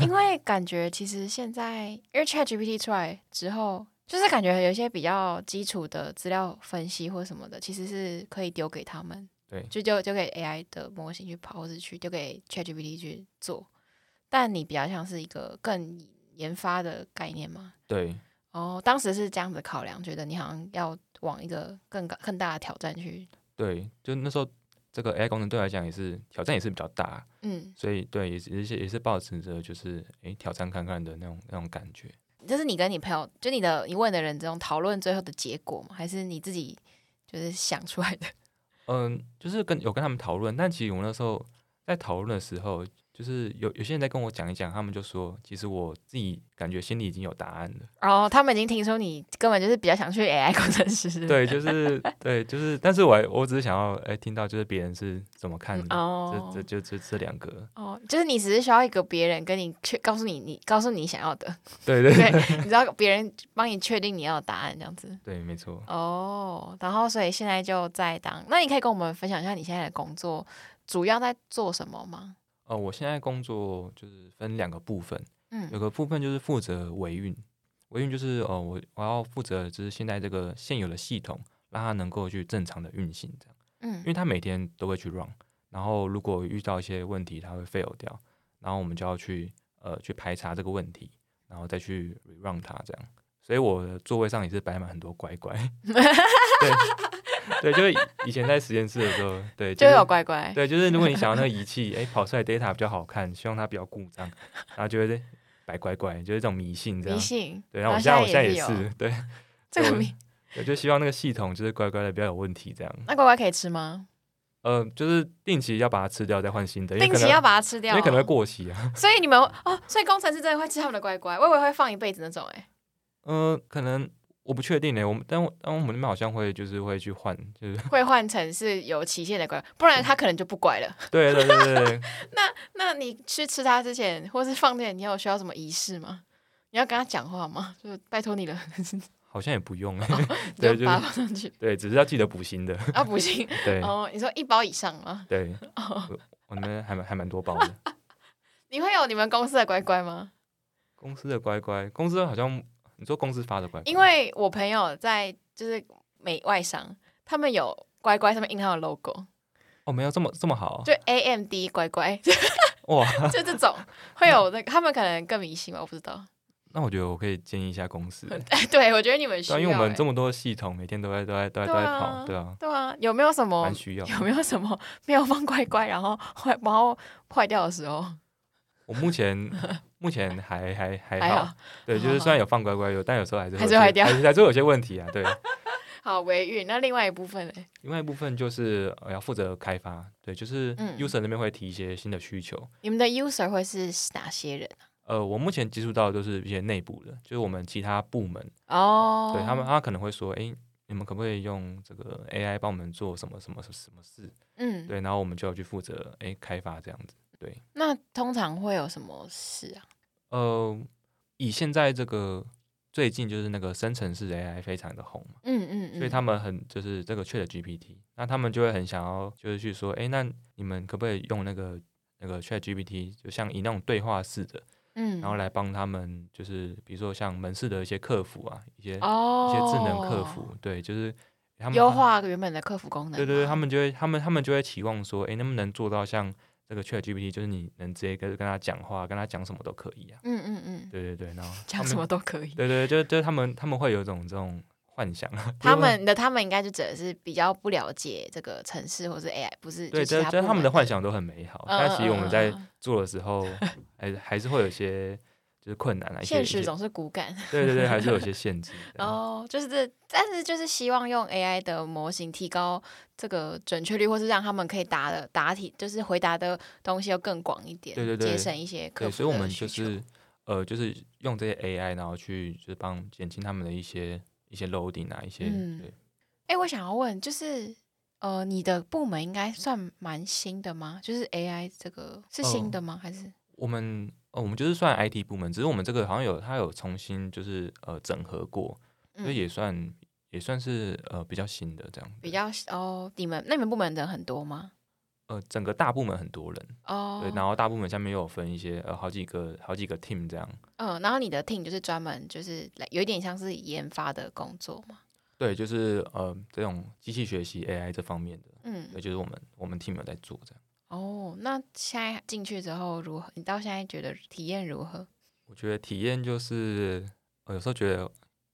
因为感觉其实现在因为 ChatGPT 出来之后，就是感觉有一些比较基础的资料分析或什么的，其实是可以丢给他们，
对
就丢丢给 AI 的模型去跑，或是去丢给 ChatGPT 去做。但你比较像是一个更研发的概念嘛？
对，
哦，当时是这样子考量，觉得你好像要往一个更高更大的挑战去，
对，就那时候这个 AI 功能对我来讲也是挑战也是比较大，
嗯，
所以对也是也是也是抱持着就是诶挑战看看的那种那种感觉。
这是你跟你朋友，就你的你问的人这种讨论最后的结果吗？还是你自己就是想出来的？
嗯，就是跟有跟他们讨论，但其实我那时候在讨论的时候，就是有有些人在跟我讲一讲，他们就说其实我自己感觉心里已经有答案了。
然后哦他们已经听说你根本就是比较想去 AI 工程师，
对，就是对，就是，但是我还我只是想要诶听到就是别人是怎么看
嗯
的，
哦
这这就这这两个，
哦，就是你只是需要一个别人跟你确告诉你你告诉你想要 的，
对对
对，你知道别人帮你确定你要的答案这样子。
对，没错。
哦，然后所以现在就在当，那你可以跟我们分享一下你现在的工作主要在做什么吗？
呃，我现在工作就是分两个部分，
嗯
有个部分就是负责维运，维运就是呃，我我要负责就是现在这个现有的系统，让它能够去正常的运行这样，
嗯
因为它每天都会去 run，然后如果遇到一些问题，它会 fail 掉，然后我们就要去呃去排查这个问题，然后再去 run 它这样，所以我的座位上也是摆满很多乖 乖，对对，就是以以前在实验室的时候，对，
就是有乖乖，
对，就是如果你想要那个仪器， 哎、跑出来 data 比较好看，希望它比较故障，然后就会摆乖乖，就是这种迷信这样
迷。信，
对，然后我现
现
在
在
我现在
也
也
是有
是， 对，
这个
我
迷，
我就希望那个系统就是乖乖的，不要有问题这样。
那乖乖可以吃吗？
呃，就是定期要把它吃掉，再换新的，因为
定
可
期
能
要把它吃
因
掉、哦
为可能会过期啊。
所以你们哦，所以工程师真的会吃他们的乖乖，我以为会放一辈子那种哎、
呃，可能我不确定欸呢，我们但我但我们那边好像会就是会去换，就是
会换成是有期限的乖乖，不然他可能就不乖了。
对对对对对，
那你去吃它之前，或是放电，你有需要什么仪式吗？你要跟他讲话吗？就是拜托你了，
好像也不用，欸对，
就
就
把
是
它放 上去
对，只是要记得补锌的，
啊？不行，
对
哦，你说一包以上吗？
对，我我们还蛮还蛮多包的。
你会有你们公司的乖乖吗？
公司的乖乖，公司好像你说公司发的乖乖，
因为我朋友在就是美外商，他们有乖乖上面印他的 logo，
哦没有这么这么好
就 AMD 乖乖，就
哇，
这种会有那个他们可能更迷信吧，我不知道。
那我觉得我可以建议一下公司，对啊
对，我觉得你们需要、
啊，因为我们这
么
么多系统，每天都在都在都在
对
都
啊
在跑，对啊，
对啊，有没有什么
蛮需要。
有没有什么没有放乖乖，然后坏然后坏掉的时候？
我目前目前还还还
还
好
好，
对，就是虽然有放乖乖有，但有时候还是会
还
有
是坏
些
掉
还是还是会有些问题啊，对。
好维运，那另外一部分呢？
另外一部分就是呃要负责开发，对，就是
嗯
user 那边会提一些新的需求。
你们的 user 会是哪些人
呃，我目前接触到的都是一些内部的，就是我们其他部门
啊？哦，
对他们，，他可能会说，哎、你们可不可以用这个 AI 帮我们做什么什么什么什么事？
嗯，
对，然后我们就要去负责，哎、开发这样子。对，
那通常会有什么事啊？
呃，以现在这个最近就是那个生成式 AI 非常的红嘛，
嗯嗯嗯，
所以他们很就是这个 Chat GPT，那他们就会很想要就是去说，哎、那你们可不可以用那个那个 Chat GPT，就像以那种对话式的，
嗯，
然后来帮他们，就是比如说像门市的一些客服啊，一些、一
哦，
些智能客服，对，就是他们
优化原本的客服功能吗。啊
对对对，他们就会他们他们就会期望说，哎，能不能做到像这个 Chat GPT，就是你能直接跟跟他讲话，跟他讲什么都可以啊。
嗯嗯嗯，
对对对，然后他
讲
们
什么？都可以。
对对，就就他们他们会有一种这种幻想，啊
他们的他们应该就指的是比较不了解这个城市或是 AI，不是
对，
就
这
其
这
部
他们
门
的幻想都很美好，
嗯
但其实我
嗯嗯
们在
嗯
做的时候，还还是会有一些就是困难啊，一些
现
一
实
些
总是骨感。
对对对，还 是有一些限制。这样
哦，就是这，但是就是希望用 AI 的模型提高这个准确率，或是让他们可以答的答题，就是回答的东西要更广一点，
对对对
节省一些客
对，
服
所以我
的
们
需
就
求
是呃，就是用这些 AI，然后去就是帮减轻他们的一些一些 loading 啊，一些、
嗯
对。
哎、我想要问，就是呃，你的部门应该算蛮新的吗？就是 AI 这个是新
哦
的吗？还是
我们呃，我们就是算 IT 部门，只是我们这个好像有它有重新就是呃整合过，所
嗯
以也算也算是呃比较新的这样。
比
对
较哦？你们那你们部门人很多吗？
呃，整个大部门很多人，
哦，
对，然后大部门下面又有分一些呃好几个好几个 team 这样。
嗯，然后你的 team 就是专门就是来有一点像是研发的工作嘛，
对，就是呃这种机器学习 AI 这方面的，
嗯，
对，就是我们我们 team 有在做这样。
哦，那现在进去之后如何？你到现在觉得体验如何？
我觉得体验就是，我有时候觉得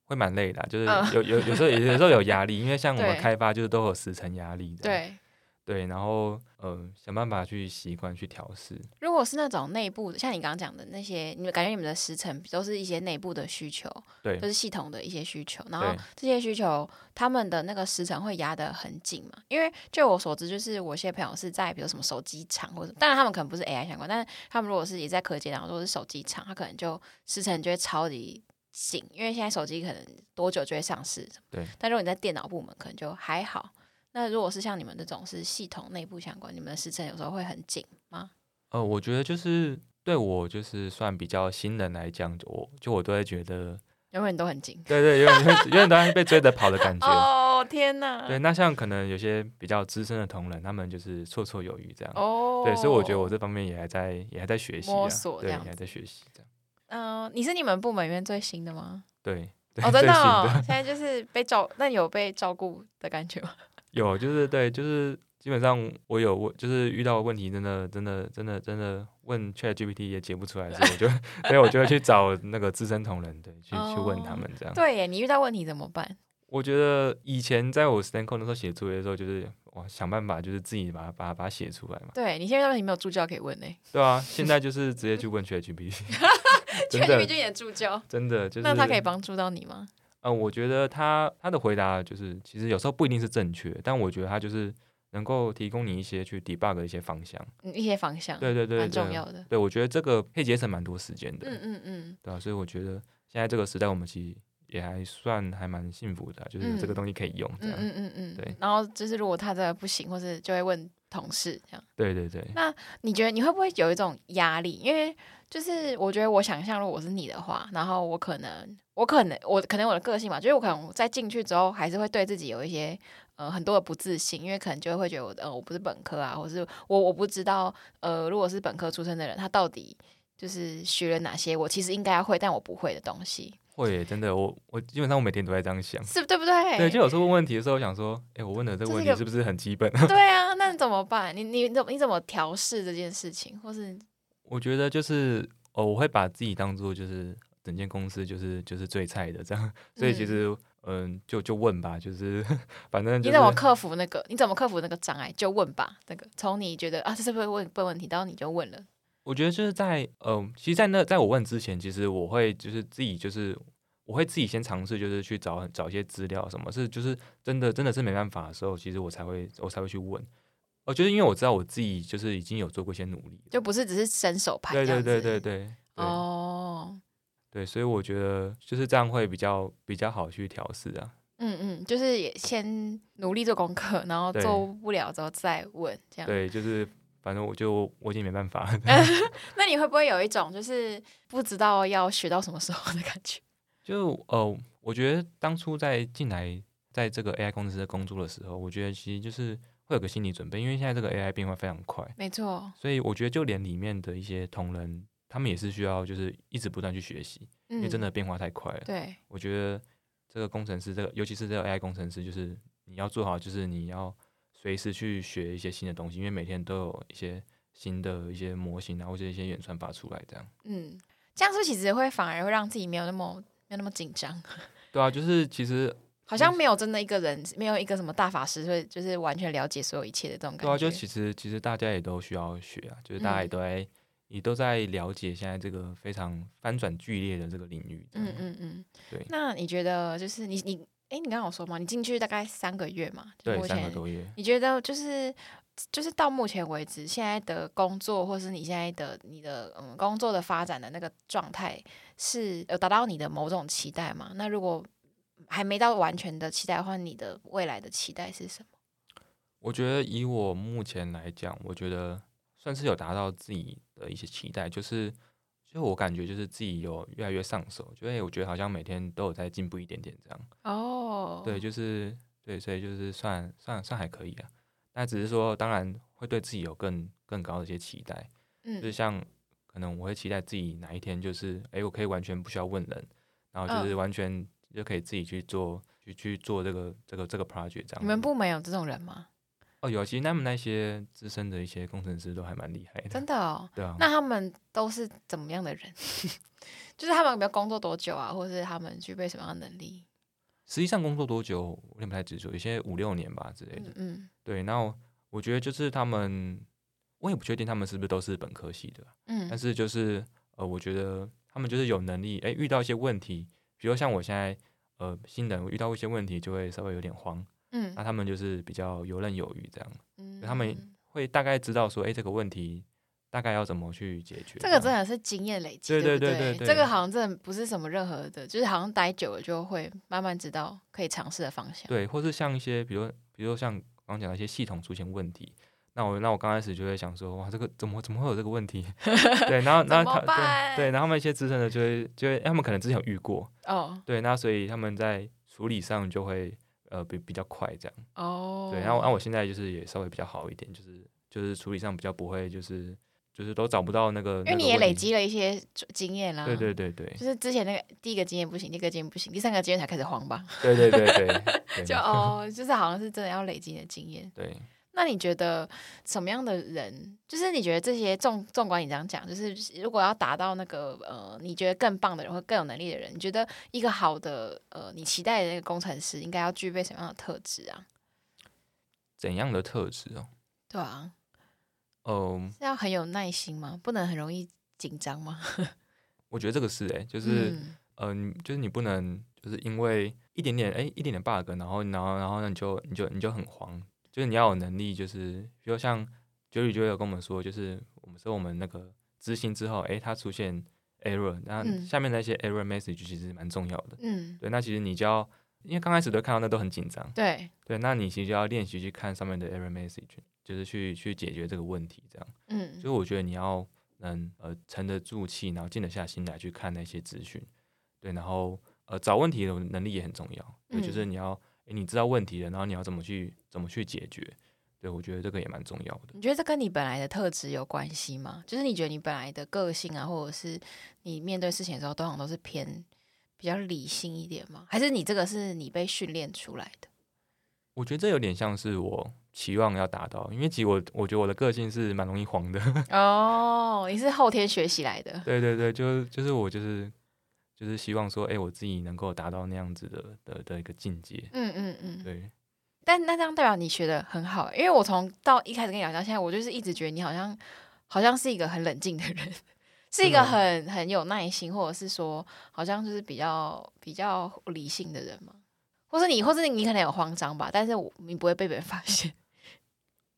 会蛮累的啊、就是
嗯
有有有时候有有时候有压力，因为像我们
对
开发就是都有时程压力的，
对，
对，然后呃想办法去习惯去调试，
如果是那种内部的，像你刚刚讲的那些，你们感觉你们的时程都是一些内部的需求，
对
就是系统的一些需求，然后
对
这些需求他们的那个时程会压得很紧嘛？因为就我所知，就是我一些朋友是在比如什么手机厂或者，当然他们可能不是 AI 相关，但是他们如果是也在科技厂，如果是手机厂，他可能就时程就会超级紧，因为现在手机可能多久就会上市，
对。
但如果你在电脑部门，可能就还好。那如果是像你们这种是系统内部相关，你们的时程有时候会很紧吗？
呃，我觉得就是对我就是算比较新人来讲，我就我都会觉得，
永远都很紧。
对对，有点有点都像被追着跑的感觉。
哦天哪！
对，那像可能有些比较资深的同仁，他们就是绰绰有余这样。
哦，
对，所以我觉得我这方面也还在也还在学习、啊，
摸索这
对，也
样
还在学习这样。
嗯、你是你们部门里面最新的吗？
对， 对
哦，真
最
的
新
哦，现在就是被照，那你有被照顾的感觉吗？
有，就是对，就是基本上我有我就是遇到问题，真的真的真的真的问 Chat GPT 也解不出来的时 候，我就所以我就会去找那个资深同仁，对，去去问他
哦
们这样。
对耶，你遇到问题怎么办？
我觉得以前在我 Stanco 那时候写作业的时候，就是我想办法就是自己把它把它把它写出来嘛，
对你现在遇到问题没有助教可以问呢、
对啊，现在就是直接去问 Chat GPT，
确
真
定
的
就你的助教，
真的就是
那他可以帮助到你吗？
嗯，我觉得他他的回答就是，其实有时候不一定是正确，但我觉得他就是能够提供你一些去 debug 的一些方向。
嗯一些方向，
对对对，
蛮重
对
要的。
对，我觉得这个可以节省蛮多时间的。
嗯嗯嗯，
对啊，所以我觉得现在这个时代，我们其实也还算还蛮幸福的啊、就是有这个
嗯
东西可以用这
嗯
样。
嗯嗯嗯，
对
然后就是如果他真的不行，或是就会问同事这样。
对对对，
你觉得你会不会有一种压力？因为就是我觉得我想象，如果我是你的话，然后我可能我可能我可能我的个性吧，就是我可能在进去之后，还是会对自己有一些呃很多的不自信，因为可能就会觉得我呃我不是本科啊，或是我我不知道呃如果是本科出身的人，他到底就是学了哪些我其实应该要会但我不会的东西，
会耶真的，我我基本上我每天都在这样想。
是不对不对？
对，就有时候问问题的时候，我想说，哎、我问的这个
这是
问
一
题
个
是不是很基本？
对啊，那你怎么办？你你怎么你怎么调试这件事情，或是
我觉得就是，哦，我会把自己当做就是整间公司就是就是最菜的这样，所以其
嗯
实嗯、就就问吧，就是 反正就
你
是
怎么克服那个？你怎么克服那个障碍？就问吧。那个从你觉得啊，这是不是问笨问题，到你就问了。
我觉得就是在嗯、其实，在那在我问之前，其实我会就是自己就是我会自己先尝试，就是去找找一些资料，什么是就是真的真的是没办法的时候，其实我才会我才会去问。我觉得因为我知道我自己就是已经有做过一些努力了，
就不是只是伸手牌
对
这样
对
子。
对对对对、
哦，
对，所以我觉得就是这样会比较比较好去调试啊。
嗯嗯，就是也先努力做功课，然后
对
做不了之后再问这样。
对，就是反正我就我已经没办法了，
那你会不会有一种就是不知道要学到什么时候的感 觉？
就呃，我觉得当初在进来在这个 AI 公司工作的时候，我觉得其实就是会有个心理准备，因为现在这个 AI 变化非常快，
没错，
所以我觉得就连里面的一些同仁，他们也是需要就是一直不断去学习，因
嗯，
为真的变化太快了。
对，
我觉得这个工程师，这个尤其是这个 AI 工程师，就是你要做好，就是你要随时去学一些新的东西，因为每天都有一些新的一些模型啊，或者一些演算法出来这样。
嗯，这样是不是其实会反而会让自己没有那么没有那么紧张。
对啊，就是其实
好像没有真的一个人，没有一个什么大法师会就是完全了解所有一切的这种感觉。
对啊，就其实其实大家也都需要学啊，就是大家也
嗯
都在、也都在了解现在这个非常翻转剧烈的这个领域这样。
嗯嗯嗯，
对
那你觉得就是你你哎，你刚刚有说嘛，你进去大概三个月嘛？就
对，
是目
三个
前
多月。
你觉得就是就是到目前为止，现在的工作或是你现在的你的嗯工作的发展的那个状态是有达到你的某种期待吗？那如果还没到完全的期待的话，你的未来的期待是什么？
我觉得以我目前来讲，我觉得算是有达到自己的一些期待，就是就是我感觉就是自己有越来越上手，就会我觉得好像每天都有在进步一点点这样。
哦
对，就是对，所以就是算算算还可以啊。那只是说，当然会对自己有更更高的一些期待，就是
嗯
像可能我会期待自己哪一天就是，哎、我可以完全不需要问人，然后
嗯
就是完全就可以自己去做，去去做这个这个这个 project 这样子。
你们部门有这种人吗？
哦，有，其实他们那些资深的一些工程师都还蛮厉害的，
真的哦，
对啊。
那他们都是怎么样的人？ 就是他们有没有工作多久啊，或是他们具备什么样的能力？
实际上工作多久，我有点不太清楚，有些五六年吧之类的。
嗯嗯
对，那我我觉得就是他们，我也不确定他们是不是都是本科系的，但
嗯
是就是呃，我觉得他们就是有能力，哎，遇到一些问题，比如像我现在呃新人遇到一些问题就会稍微有点慌，
嗯
那他们就是比较游刃有余，这样
嗯
啊他们会大概知道说，哎，这个问题大概要怎么去解决。
这个真
样
的是经验累积，
对对
不
对对对
这个好像真的不是什么任何的，就是好像待久了就会慢慢知道可以尝试的方向。
对，或是像一些，比如比如说像刚刚讲的一些系统出现问题，那我那我刚开始就会想说，哇，这个怎么怎么会有这个问题？ 对，然后然
怎
后
么
他
办
对对，然后他们一些资深的就会就会，他们可能之前有遇过，
哦
对，那所以他们在处理上就会呃比比较快这样，
哦，
对，然后然后我现在就是也稍微比较好一点，就是就是处理上比较不会就是就是都找不到那个，
因为
那
你
个
也
问
累
题，
积了一啊些经验啦，
对对对 对
就是之前那个第一个经验不行，第二个经验不行，第三个经验才开始慌吧，
对对对 对对，
就哦，就是好像是真的要累积你的经验。
对。
那你觉得什么样的人，就是你觉得这些纵纵观你这样讲，就是如果要达到那个呃，你觉得更棒的人或更有能力的人，你觉得一个好的呃，你期待的那个工程师应该要具备什么样的特质啊？
怎样的特质哦？
对啊，
嗯、
是要很有耐心吗？不能很容易紧张吗？
我觉得这个是哎、就是、
嗯
嗯，就是你不能就是因为一点点哎、一点点 bug，然后然后然后呢你就你就你就很慌，就是你要有能力，就是比如像九里就有跟我们说，就是我们说我们那个执行之后，哎、它出现 error，那
嗯
下面那些 error message 其实蛮重要的。
嗯，
对，那其实你就要，因为刚开始都看到那都很紧张，
对，
对，那你其实就要练习去看上面的 error message，就是去去解决这个问题，这样。所
嗯
以我觉得你要能呃沉得住气，然后静得下心来去看那些资讯，对，然后呃找问题的能力也很重要，对，就是
嗯
你要诶你知道问题了，然后你要怎么去怎么去解决，对我觉得这个也蛮重要的。
你觉得这跟你本来的特质有关系吗？就是你觉得你本来的个性啊，或者是你面对事情的时候，通常都是偏比较理性一点吗？还是你这个是你被训练出来的？
我觉得这有点像是我期望要达到，因为其实我我觉得我的个性是蛮容易慌的，
哦，你是后天学习来的。
对对对，就是就是我就是就是希望说，哎、我自己能够达到那样子的的的一个境界，
嗯嗯嗯。
对，
但那这样代表你学的很好欸，因为我从到一开始跟你聊到现在，我就是一直觉得你好像好像是一个很冷静的人， 是一个
真的吗
很很有耐心，或者是说好像就是比较比较理性的人嘛，或是你，或是你可能有慌张吧，但是我你不会被别人发现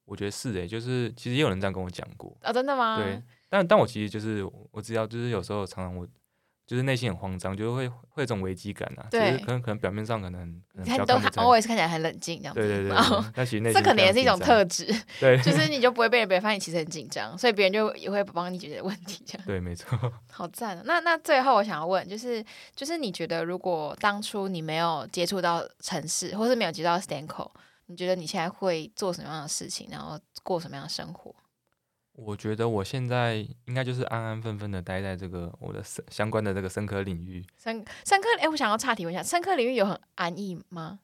我觉得是哎、就是其实也有人这样跟我讲过，
啊、真的吗？
对，但但我其实就是我知道，就是有时候常常我就是内心很慌张，就是会会有一种危机感啊，
对
其实可能可能表面上可能可能比
你
较
看都
看不
很
出来
always 看起来很冷静这样子，
对对对，
然后
对但其实内
这
心
可能也
非常
是一
紧张
种特质，
对
就是你就不会被别人发现你其实很紧张，所以别人就也会帮你解决问题这样。
对，没错。
好赞、哦！那那最后我想要问，就是就是你觉得如果当初你没有接触到城市，或是没有接触到 Stanco，你觉得你现在会做什么样的事情，然后过什么样的生活？
我觉得我现在应该就是安安分分的待在这个我的生相关的这个生科领域。
深深刻，哎，我想要岔题问一下，深刻领域有很安逸吗？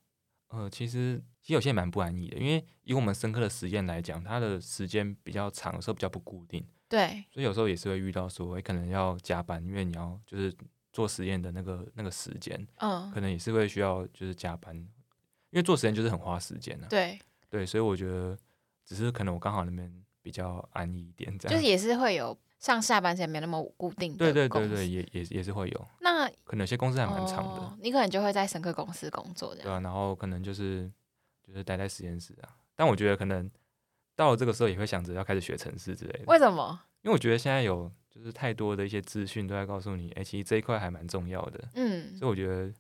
呃，其实其实有些也蛮不安逸的，因为以我们生科的实验来讲，它的时间比较长，有时候比较不固定，
对，
所以有时候也是会遇到说，诶可能要加班，因为你要就是做实验的那个那个时间。
嗯，
可能也是会需要就是加班，因为做实验就是很花时间的、啊。
对，
对，所以我觉得只是可能我刚好那边比较安逸一点，这
就
样。
是也是会有上下班时间没那么固定
啊对
的
对
公
对
司
对，也也也是会有，
那
可能有些公司还蛮长的，
哦啊你可能就会在深刻公司工作这
对
样。
吧、然后可能就是就是待在实验室啊，但我觉得可能到了这个时候也会想着要开始学程式之类的，
为什么？
因为我觉得现在有就是太多的一些资讯都在告诉你，哎、其实这一块还蛮重要的，
嗯
所以我觉得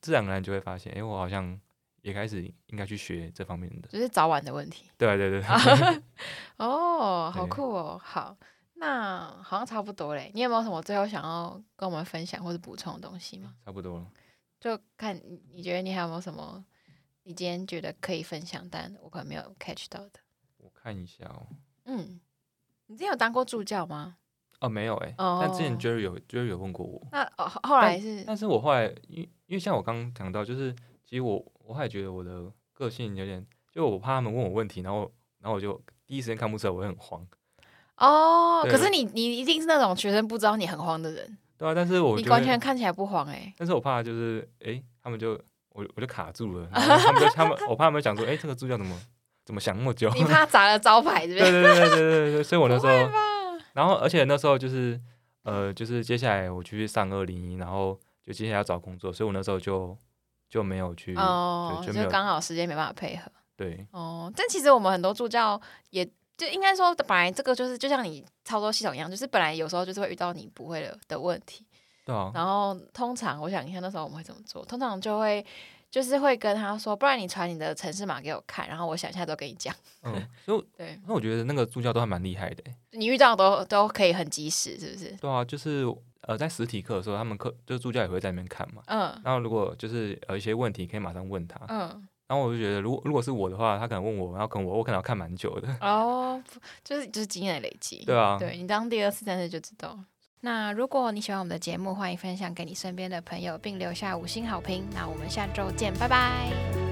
自然而然就会发现，哎、我好像也开始应该去学这方面的。
就是早晚的问题。
对对对
啊
对。
哦，好
对
酷哦！好，那好像差不多嘞。你有没有什么最后想要跟我们分享或者补充的东西吗？
差不多了。
就看你你觉得你还有没有什么你今天觉得可以分享，但我可能没有 catch 到的。
我看一下哦，
嗯，你之前有当过助教吗？
哦，没有哎、
哦
但之前 Jerry 有 Jerry 有问过我，
那哦，后后来是
但是我后来因为因为像我刚刚讲到，就是其实我我后来觉得我的个性有点，就我怕他们问我问题，然后然后我就第一时间看不出来，我会很慌，
哦，
对
可是你你一定是那种学生不知道你很慌的人，
对啊，但是我
你
就
完
会
全，看起来不慌 哎、
但是我怕就是哎、诶他们就我我就卡住了，然 后他们就他们我怕他们想说，哎、这个助教怎么怎么想那么久？
你怕砸了招牌是不
对对
是？
对对对对对，所以我那时候，然后而且那时候就是呃，就是接下来我去上二零一，然后就接下来要找工作，所以我那时候就就没有去，
哦，
就就没
就
有
刚好时间没办法配合。
对
哦，但其实我们很多助教也就应该说，本来这个就是就像你操作系统一样，就是本来有时候就是会遇到你不会的的问题，
对啊，
然后通常我想一下那时候我们会怎么做，通常就会就是会跟他说，不然你传你的城市码给我看，然后我想一下都跟你讲。
嗯，所以我
对
那我觉得那个助教都还蛮厉害的欸，
你遇到都都可以很及时，是不是？
对啊，就是呃在实体课的时候，他们课就是助教也会在那边看嘛。
嗯
然后如果就是呃一些问题可以马上问他，
嗯，
然后我就觉得如果如果是我的话，他可能问我，然后可能我我可能要看蛮久的，
哦，不就是就是经验的累积。
对啊，
对你当第二次但是就知道。那如果你喜欢我们的节目，欢迎分享给你身边的朋友，并留下五星好评。那我们下周见，拜拜。